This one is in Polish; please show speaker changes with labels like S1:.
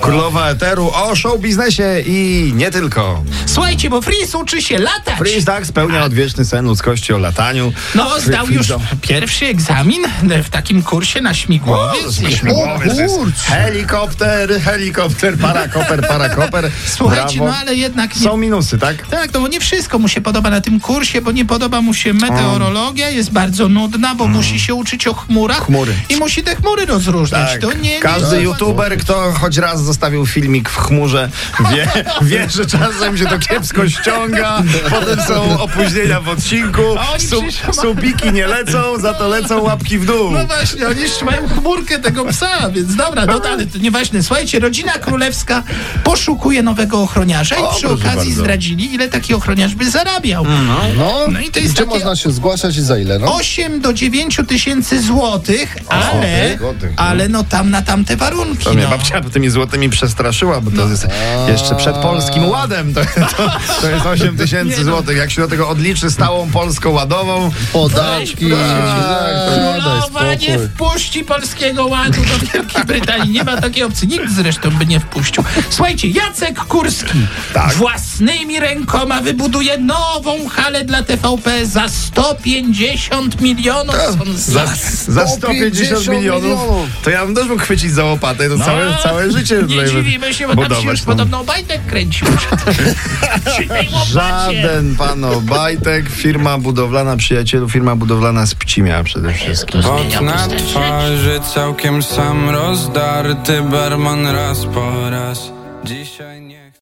S1: Królowa Eteru o show biznesie i nie tylko.
S2: Słuchajcie, bo Fris uczy się latać.
S1: Freeze tak spełnia odwieczny sen ludzkości o lataniu.
S2: No, zdał już
S1: Frizo.
S2: pierwszy egzamin e, w takim kursie na śmigłowiec.
S1: O, śmigłowiec jest. Helikopter, helikopter, parakoper, parakoper.
S2: Słuchajcie,
S1: Brawo.
S2: no ale jednak nie...
S1: Są minusy, tak?
S2: Tak, no bo nie wszystko mu się podoba na tym kursie, bo nie podoba mu się meteorologia, jest bardzo nudna, bo musi się uczyć o chmurach
S1: Mm. Chmury.
S2: i musi te chmury rozróżniać.
S1: Tak.
S2: To nie, nie
S1: Każdy
S2: nie-
S1: youtuber, kto choć raz zostawił filmik w chmurze, wie, wie, że czasem się to kiepsko ściąga, potem są opóźnienia w odcinku,
S2: oni
S1: su-
S2: przyszli-
S1: subiki nie lecą, za to lecą łapki w dół.
S2: No właśnie, oni jeszcze mają chmurkę tego psa, więc dobra, no dalej, to nieważne. Słuchajcie, rodzina królewska poszukuje nowego ochroniarza i przy
S1: proszę
S2: okazji
S1: bardzo.
S2: zdradzili, ile taki ochroniarz by zarabiał.
S3: No,
S2: No i to jest
S3: gdzie
S2: takie-
S3: można się zgłaszać i za ile, no?
S2: 8 do 9 tysięcy złotych, ale,
S3: złotych, no.
S2: ale no tam na tamte warunki.
S1: To mnie
S2: No.
S1: babcia tymi złotymi przestraszyła, bo to jest jeszcze przed polskim ładem. To, to, to jest 8 tysięcy
S2: no.
S1: złotych. Jak się do tego odliczy stałą polską ładową,
S3: Podatki. Tak, daj
S2: Królowa nie
S3: spokój.
S2: wpuści polskiego ładu do Wielkiej Brytanii. Nie ma takiej opcji. Nikt zresztą by nie wpuścił. Słuchajcie, Jacek Kurski
S1: Tak.
S2: własnymi rękoma wybuduje nową halę dla TVP za 150 milionów. Są
S1: za,
S2: za-
S1: za 150 milionów, to ja bym też mógł chwycić za łopatę i to całe, całe życie
S2: No. Nie
S1: tutaj
S2: dziwimy się, bo tam się już
S1: budować, no.
S2: podobno Obajtek kręcił. Przy tej łopacie.
S1: Żaden pan Obajtek, firma budowlana, przyjacielu, firma budowlana z Pcimia przede wszystkim.
S4: Pot na twarzy całkiem sam rozdarty Barman raz po raz